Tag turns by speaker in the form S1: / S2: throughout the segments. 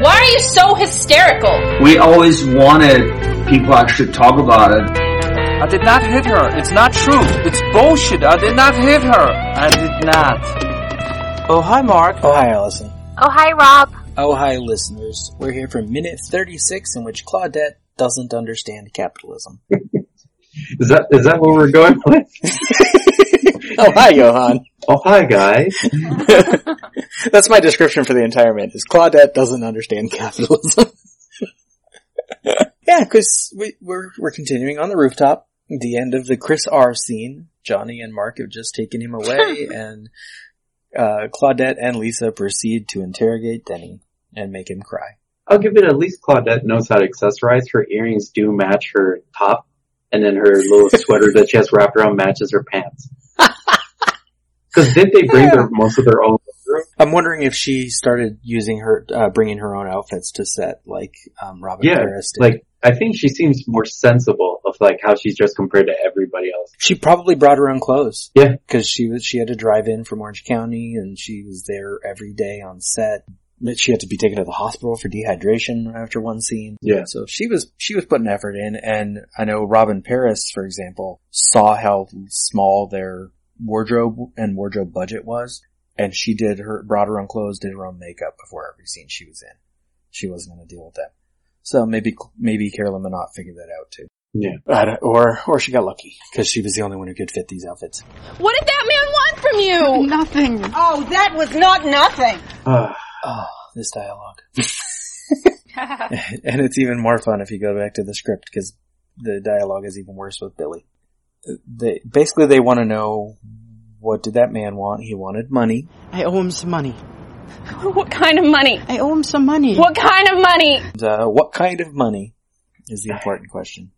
S1: Why are you so hysterical?
S2: We always wanted people actually talk about it.
S3: I did not hit her. It's not true. It's bullshit. I did not hit her. I did not. Oh, hi, Mark.
S4: Oh, hi, Allison.
S5: Oh, hi, Rob.
S4: Oh, hi, listeners. We're here for minute 36 in which Claudette doesn't understand capitalism.
S6: Is that is that what we're going with?
S4: oh, hi, Johan.
S6: Oh hi guys.
S4: That's my description for the entire minute, is Claudette doesn't understand capitalism. yeah, because we, we're, we're continuing on the rooftop, the end of the Chris R. scene. Johnny and Mark have just taken him away, and uh, Claudette and Lisa proceed to interrogate Denny and make him cry.
S6: I'll give it at least Claudette knows how to accessorize. Her earrings do match her top, and then her little sweater that she has wrapped around matches her pants. Because did they bring their most of their own?
S4: I'm wondering if she started using her, uh, bringing her own outfits to set, like um, Robin
S6: Yeah,
S4: Paris did.
S6: Like I think she seems more sensible of like how she's just compared to everybody else.
S4: she probably brought her own clothes.
S6: Yeah.
S4: because she was she had to drive in from Orange County, and she was there every day on set. But she had to be taken to the hospital for dehydration after one scene.
S6: Yeah.
S4: so she was she was putting effort in, and I know Robin Paris, for example, saw how small their wardrobe and wardrobe budget was, and she did her brought her own clothes, did her own makeup before every scene she was in. She wasn't going to deal with that. So maybe maybe Carolyn Minot figured that out too.
S6: Yeah.
S4: I don't- or or she got lucky because she was the only one who could fit these outfits.
S1: What did that man want from you?
S7: Oh, that was not nothing.
S6: Ah,
S4: Oh, this dialogue. and it's even more fun if you go back to the script because the dialogue is even worse with Billy. They basically they want to know what did that man want? He wanted money.
S8: I owe him some money.
S1: What kind of money?
S8: I owe him some money.
S1: What kind of money?
S4: And, uh, what kind of money is the important question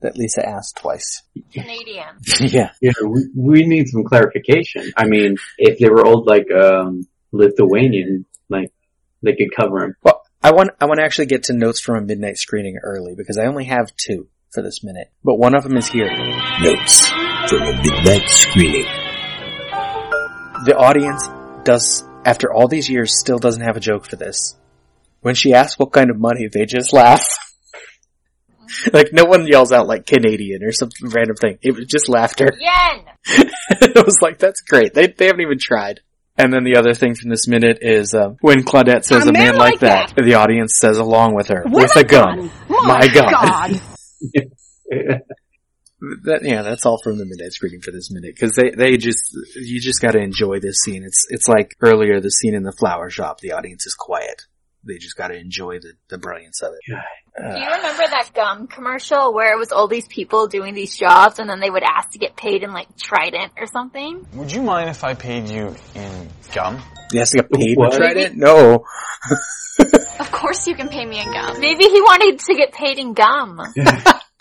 S4: that Lisa asked twice.
S5: Canadian.
S4: yeah,
S6: yeah, we, we need some clarification. I mean, if they were old like um Lithuanian, like they could cover him.
S4: Well, I want I want to actually get to notes from a midnight screening early because I only have two for this minute, but one of them is here.
S9: Notes from a midnight screening.
S4: the audience does, after all these years, still doesn't have a joke for this. When she asks what kind of money, they just laugh. like no one yells out like Canadian or some random thing. It was just laughter.
S5: Yen.
S4: it was like that's great. They they haven't even tried. And then the other thing from this minute is uh, when Claudette says a, man, like, that, the audience says along with her with a gun. My God. That, yeah, that's all from the midnight screening for this minute because they they just you just got to enjoy this scene. It's it's like earlier the scene in the flower shop. The audience is quiet. They just got to enjoy the the brilliance of it.
S5: Do you remember that gum commercial where it was all these people doing these jobs and then they would ask to get paid in like Trident or something?
S3: Would you mind if I paid you in gum?
S4: They have to get paid
S6: What?
S4: with Trident. No,
S1: Of course you can pay me in gum.
S5: Maybe he wanted to get paid in gum.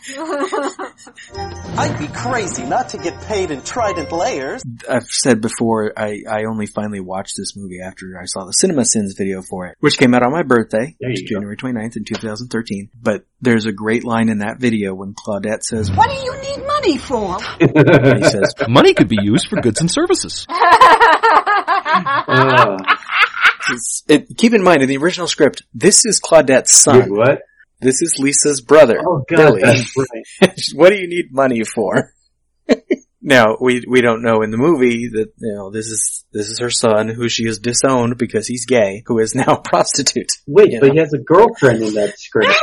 S8: I'd be crazy not to get paid in Trident layers.
S4: I've said before. I I only finally watched this movie after I saw the Cinema Sins video for it, which came out on my birthday,
S6: There you go.
S4: January 29th in 2013. But there's a great line in that video when Claudette says,
S7: What do you need money for?
S4: when he says,
S9: Money could be used for goods and services.
S6: Ah,
S4: it, keep in mind in the original script, this is Claudette's
S6: wait,
S4: son.
S6: what?
S4: This is Lisa's brother.
S6: Oh god,
S4: Billy.
S6: that's right.
S4: what do you need money for? now we we don't know in the movie that you know this is this is her son who she has disowned because he's gay, who is now a prostitute.
S6: Wait,
S4: You
S6: but
S4: know?
S6: he has a girlfriend in that script.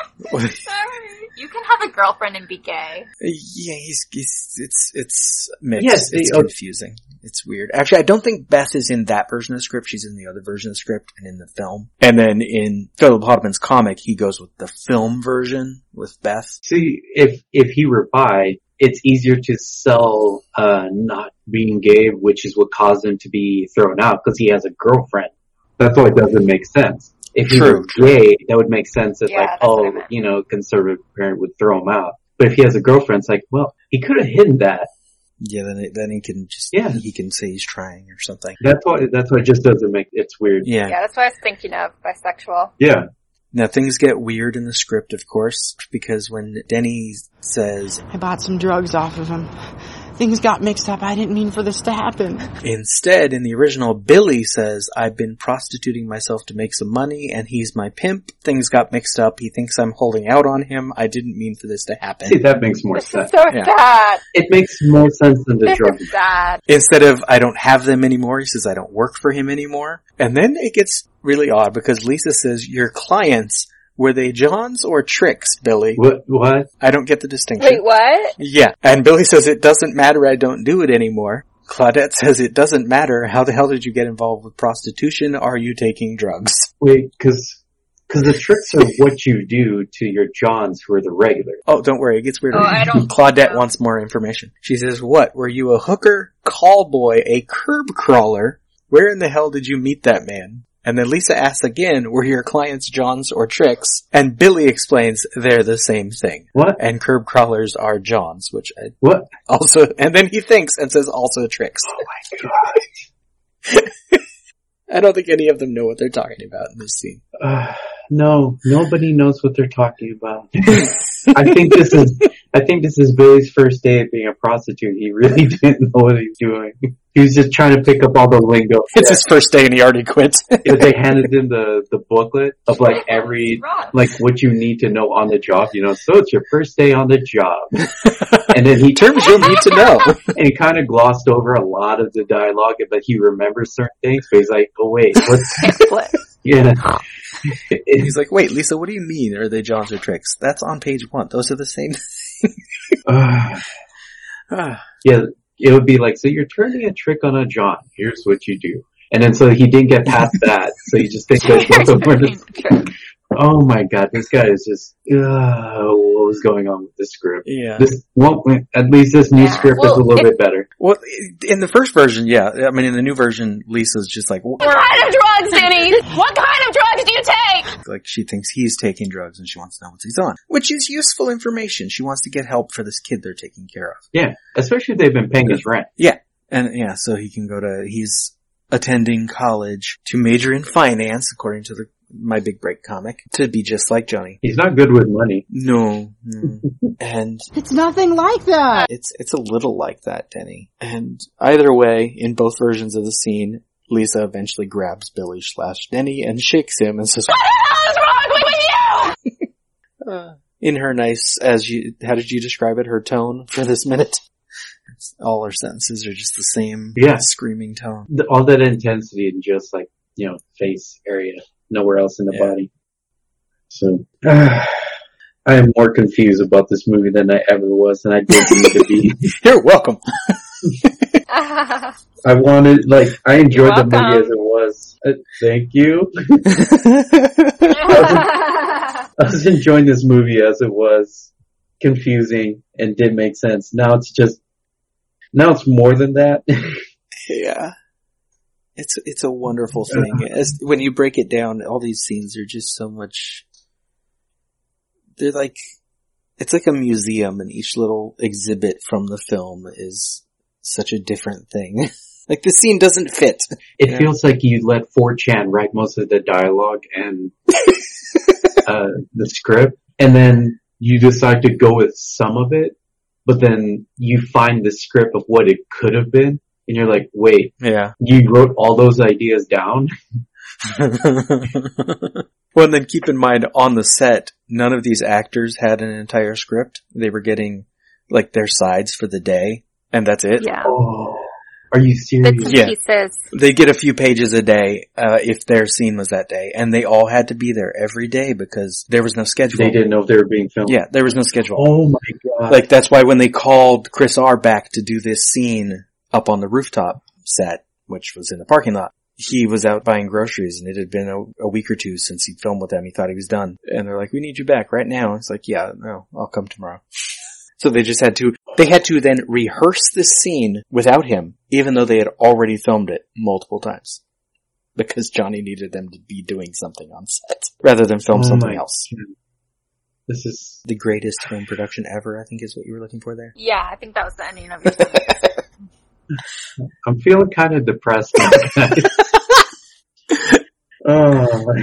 S5: you can have a girlfriend and be gay.
S4: Yeah, he's, he's it's it's mixed.
S6: Yes,
S4: it's
S6: they- oh.
S4: confusing. It's weird. Actually, I don't think Beth is in that version of the script. She's in the other version of the script and in the film. And then in Philip Hodgman's comic, he goes with the film version with Beth.
S6: See, if if he were bi, it's easier to sell uh not being gay, which is what caused him to be thrown out because he has a girlfriend. That's why it doesn't make sense. If he
S4: True,
S6: was gay, that would make sense. It's
S5: Yeah,
S6: like,
S5: that's what I
S6: oh, you know, conservative parent would throw him out. But if he has a girlfriend, it's like, well, he could have hidden that.
S4: Yeah, then it, then he can just he can say he's trying or something.
S6: That's why. That's why it just doesn't make. It's weird.
S4: Yeah.
S5: Yeah, that's what I was thinking of, bisexual.
S6: Yeah.
S4: Now things get weird in the script, of course, because when Denny says,
S10: I bought some drugs off of him. Things got mixed up. I didn't mean for this to happen.
S4: instead in the original, Billy says, I've been prostituting myself to make some money and he's my pimp. Things got mixed up. He thinks I'm holding out on him. I didn't mean for this to happen.
S6: See, that makes more sense.
S5: So
S4: Yeah.
S5: sad.
S6: It makes more sense than the drug.
S5: sad.
S4: Instead of, I don't have them anymore, he says, I don't work for him anymore. And then it gets really odd because Lisa says, your clients, were they Johns or tricks, Billy?
S6: What? What?
S4: I don't get the distinction.
S5: Wait, what?
S4: Yeah. And Billy says, it doesn't matter, I don't do it anymore. Claudette says, it doesn't matter, how the hell did you get involved with prostitution? Are you taking drugs?
S6: Wait, because because the tricks are what you do to your Johns who are the regular.
S4: Oh, don't worry, it gets weirder.
S6: Oh, I don't-
S4: Claudette wants more information. She says, what, were you a hooker, call boy, a curb crawler? Where in the hell did you meet that man? And then Lisa asks again, were your clients Johns or Tricks? And Billy explains they're the same thing.
S6: What?
S4: And curb crawlers are Johns, which I
S6: what
S4: also. And then he thinks and says also Tricks. Oh
S6: my god!
S4: I don't think any of them know what they're talking about in this scene.
S6: Uh, no, nobody knows what they're talking about. I think this is I think this is Billy's first day of being a prostitute. He really didn't know what he was doing. He was just trying to pick up all the lingo.
S4: It's his first day and he already quit.
S6: But they handed him the, the booklet of like every like what you need to know on the job, you know. So it's your first day on the job. And then he
S4: terms you'll need to know.
S6: And he kinda glossed over a lot of the dialogue but he remembers certain things, but he's like, Oh wait, what's Yeah.
S4: He's like, wait, Lisa, what do you mean? Are they Johns or Tricks? That's on page one. Those are the same.
S6: Ugh. uh, yeah, it would be like, so you're turning a trick on a John. Here's what you do. And then so he didn't get past that. So you just think that's what the word is. Oh my god, this guy is just, uh, what was going on with this script?
S4: Yeah.
S6: This, well, at least this new script is a little bit better.
S4: Well, in the first version, yeah. I mean, in the new version, Lisa's just like, "Wha-"
S1: What kind of drugs, Denny? What kind of drugs do you take?
S4: like she thinks he's taking drugs and she wants to know what he's on, which is useful information. She wants to get help for this kid they're taking care of.
S6: Yeah, especially if they've been paying his rent.
S4: Yeah. And yeah, so he can go to, he's attending college to major in finance, according to the, my big break comic, to be just like Johnny.
S6: He's not good with money.
S4: No. no. and
S10: It's nothing like that.
S4: It's it's a little like that, Denny. And either way, in both versions of the scene, Lisa eventually grabs Billy slash Denny and shakes him and says, "What the hell is wrong with you?" in her nice, as you, how did you describe it? Her tone for this minute. All her sentences are just the same.
S6: Yeah.
S4: screaming tone.
S6: The- All that intensity in just like, you know, face area, nowhere else in the body. So, I am more confused about this movie than I ever was, and I didn't need to be.
S4: You're welcome.
S6: I wanted, like, I enjoyed the movie
S5: welcome.
S6: as it was. Uh, thank you. I was enjoying this movie as it was confusing and did make sense. Now it's just, now it's more than that.
S4: Yeah. It's it's a wonderful thing. As, when you break it down, all these scenes are just so much. They're like, it's like a museum, and each little exhibit from the film is such a different thing. like this scene doesn't fit.
S6: It
S4: Yeah.
S6: feels like you let 4chan write most of the dialogue and uh, the script, and then you decide to go with some of it, but then you find the script of what it could have been, and you're like, wait,
S4: Yeah.
S6: you wrote all those ideas down?
S4: Well, and then keep in mind on the set, none of these actors had an entire script. They were getting like their sides for the day, and that's it.
S5: Yeah.
S6: Are you serious?
S5: Bits and pieces.
S4: They get a few pages a day, uh, if their scene was that day, and they all had to be there every day because there was no schedule.
S6: They didn't know if they were being filmed.
S4: Yeah, there was no schedule.
S6: Oh my god.
S4: Like that's why when they called Chris R back to do this scene up on the rooftop set, which was in the parking lot, he was out buying groceries and it had been a, a week or two since he'd filmed with them. He thought he was done. And they're like, we need you back right now. It's like, yeah, no, I'll come tomorrow. So they just had to, they had to then rehearse this scene without him, even though they had already filmed it multiple times. because Johnny needed them to be doing something on set rather than film
S6: Oh
S4: something
S6: my
S4: else.
S6: This is
S4: the greatest home production ever. I think is what you were looking for there.
S5: Yeah, I think that was the ending of your sentence.
S6: I'm feeling kind of depressed now, guys. oh,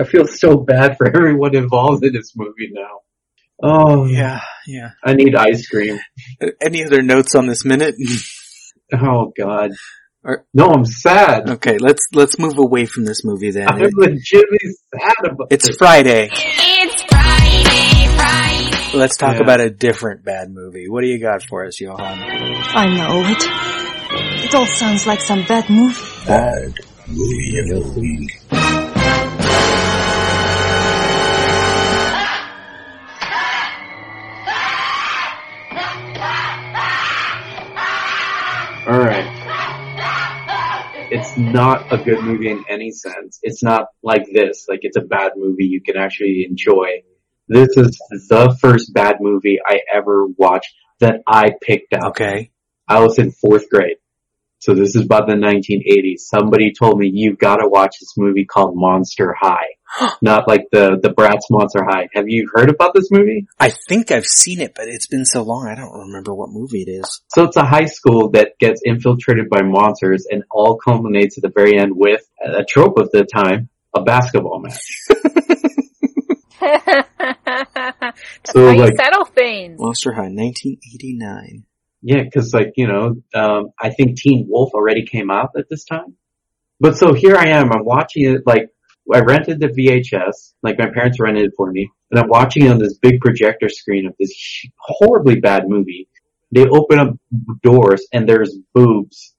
S6: I feel so bad for everyone involved in this movie now. Oh,
S4: yeah, yeah.
S6: I need ice cream.
S4: Any other notes on this minute?
S6: oh God. no, I'm sad.
S4: Okay, let's let's move away from this movie then.
S6: I'm legitimately sad about
S4: it's
S6: this.
S4: Friday.
S1: It's Friday, Friday.
S4: Let's talk
S6: Yeah.
S4: about a different bad movie. What do you got for us, Johan?
S10: I know it. It all sounds like some bad movie.
S9: Bad movie of the week.
S6: All right. It's not a good movie in any sense. It's not like this. Like it's a bad movie you can actually enjoy. This is the first bad movie I ever watched that I picked up.
S4: Okay.
S6: I was in fourth grade. So this is about the 1980s. Somebody told me you gotta watch this movie called Monster High. Not like the, the Bratz Monster High. Have you heard about this movie?
S4: I think I've seen it, but it's been so long I don't remember what movie it is.
S6: So it's a high school that gets infiltrated by monsters and all culminates at the very end with a trope of the time, a basketball match.
S5: That's
S6: So,
S5: how you
S6: like-
S5: settle things.
S4: Monster High, 1989.
S6: Yeah, cause like, you know, um, I think Teen Wolf already came out at this time. But so here I am, I'm watching it, like, I rented the VHS, like my parents rented it for me, and I'm watching it on this big projector screen of this sh- horribly bad movie. They open up doors and there's boobs.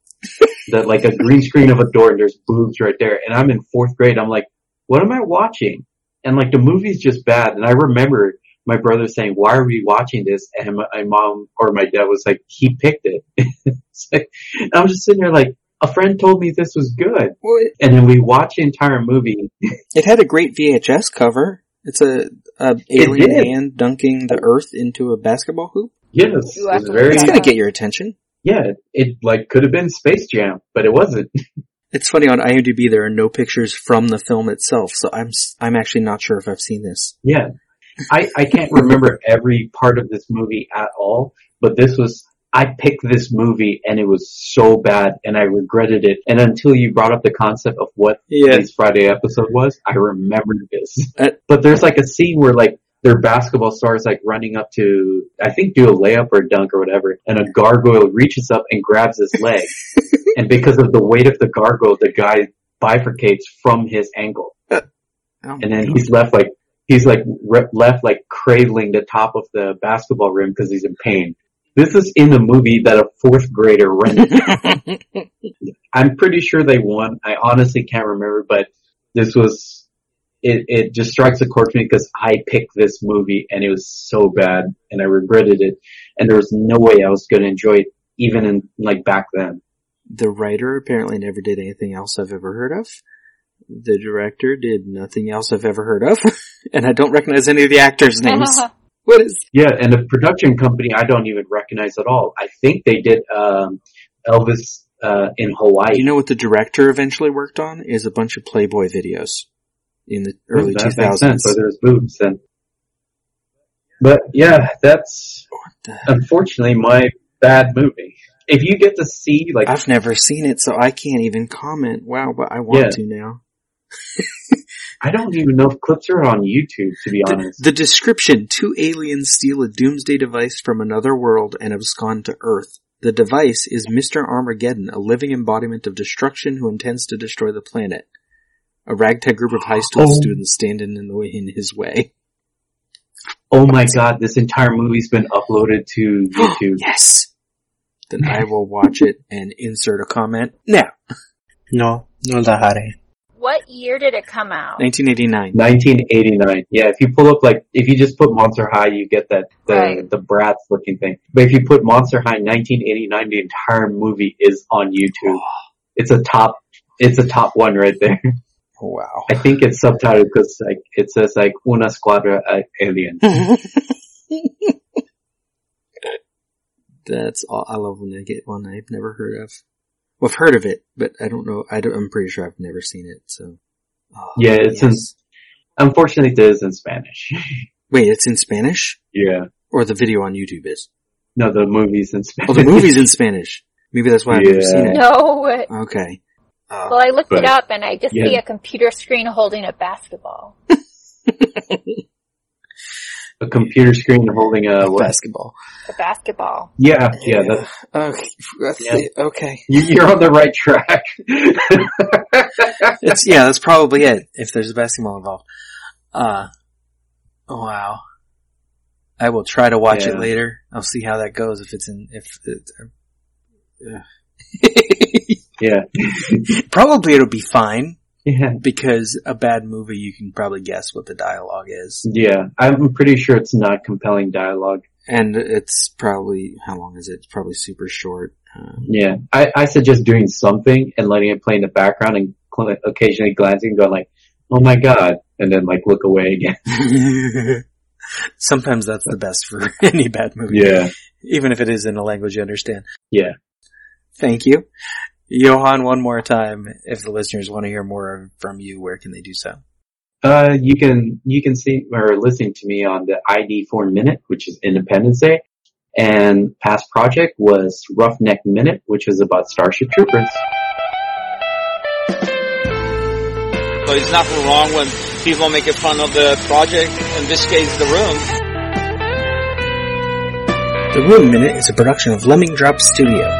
S6: that like a green screen of a door and there's boobs right there. And I'm in fourth grade, I'm like, what am I watching? And like the movie's just bad. And I remember my brother saying, why are we watching this? And my, my mom or my dad was like, he picked it. It's like- and I'm just sitting there like, a friend told me this was good. And then we watched the entire movie.
S4: It had a great VHS cover. It's a, a alien
S6: did.
S4: hand dunking the earth into a basketball hoop.
S6: Yes. It's
S5: You actually
S6: very,
S4: It's gonna get your attention.
S6: yeah, it like could have been Space Jam, but it wasn't.
S4: It's funny on IMDb there are no pictures from the film itself, so I'm s- I'm actually not sure if I've seen this.
S6: Yeah. I, I can't remember every part of this movie at all, but this was, I picked this movie and it was so bad and I regretted it. And until you brought up the concept of what
S4: Yeah.
S6: this Friday episode was, I remembered this.
S4: Uh,
S6: but there's like a scene where like their basketball stars like running up to, I think do a layup or a dunk or whatever, and a gargoyle reaches up and grabs his leg. and because of the weight of the gargoyle, the guy bifurcates from his ankle
S4: Oh.
S6: and then he's left like he's like re- left like cradling the top of the basketball rim because he's in pain. This is in the movie that a fourth grader rented. I'm pretty sure they won. I honestly can't remember, but this was it. It just strikes a chord for me because I picked this movie and it was so bad, and I regretted it, and there was no way I was going to enjoy it even in like back then.
S4: The writer apparently never did anything else I've ever heard of. The director did nothing else I've ever heard of, and I don't recognize any of the actors' names. what is?
S6: Yeah, and the production company I don't even recognize at all. I think they did um, Elvis uh, in Hawaii.
S4: You know what the director eventually worked on is a bunch of Playboy videos in the early
S6: that
S4: two
S6: makes sense.
S4: thousands.
S6: Where there's boobs, then. But yeah, that's unfortunately my bad movie. If you get to see like
S4: I've never seen it, so I can't even comment. Wow, but I want
S6: Yeah.
S4: to now.
S6: I don't even know if clips are on YouTube, to be
S4: The,
S6: honest.
S4: the description, two aliens steal a doomsday device from another world and abscond to Earth. The device is Mr. Armageddon, a living embodiment of destruction who intends to destroy the planet. A ragtag group of high school
S6: Oh.
S4: students stand in, the way, in his way.
S6: Oh my god, this entire movie's been uploaded to YouTube.
S4: yes. Then I will watch it and insert a comment now. No, no la
S5: What year did it come out?
S4: 1989.
S6: 1989. Yeah, if you pull up like if you just put Monster High, you get that the
S5: Right.
S6: the Bratz looking thing. But if you put Monster High 1989, the entire movie is on YouTube. It's a top. It's a top one right there. Oh,
S4: Wow.
S6: I think it's subtitled because like it says like una squadra uh, alien.
S4: Hmm. That's all. I love when I get one I've never heard of. Well, I've heard of it, but I don't know. I don't, I'm pretty sure I've never seen it. So Ah,
S6: yeah, it's in. Unfortunately, it is in Spanish.
S4: wait, it's in Spanish,
S6: yeah.
S4: or the video on YouTube is?
S6: No, the movie's in Spanish.
S4: Oh, the movie's in Spanish. Maybe that's why I've never seen it.
S5: No. it-
S4: Okay. Uh,
S5: Well, I looked
S4: But-
S5: it up and I just
S4: yeah.
S5: see a computer screen holding a basketball.
S6: A computer screen holding a Uh, what?
S4: basketball.
S5: A basketball.
S6: Yeah, yeah. That's,
S4: Okay. Okay.
S6: you, you're on the right track.
S4: It's, yeah, that's probably it. If there's a basketball involved. Uh, wow. I will try to watch it
S3: Yeah.
S4: later. I'll see how that goes. If it's in, if it, uh,
S6: yeah,
S4: probably it'll be fine.
S6: Yeah.
S4: Because a bad movie, you can probably guess what the dialogue is.
S6: yeah, I'm pretty sure it's not compelling dialogue.
S4: And it's probably, how long is it? It's probably super short. Um,
S6: Yeah, I, I suggest doing something and letting it play in the background and cl- occasionally glancing and going like, "Oh my god," and then like look away again.
S4: Sometimes that's the best for any bad movie.
S6: Yeah.
S4: Even if it is in a language you understand.
S6: Yeah.
S4: Thank you. Johan, one more time. If the listeners want to hear more from you, where can they do so?
S6: Uh, you can you can see or listen to me on the ID for minute, which is Independence Day, and past project was Roughneck Minute, which is about Starship Troopers.
S11: So it's not wrong when people make fun of the project, in this case the room.
S4: The Room Minute is a production of Lemming Drops Studio.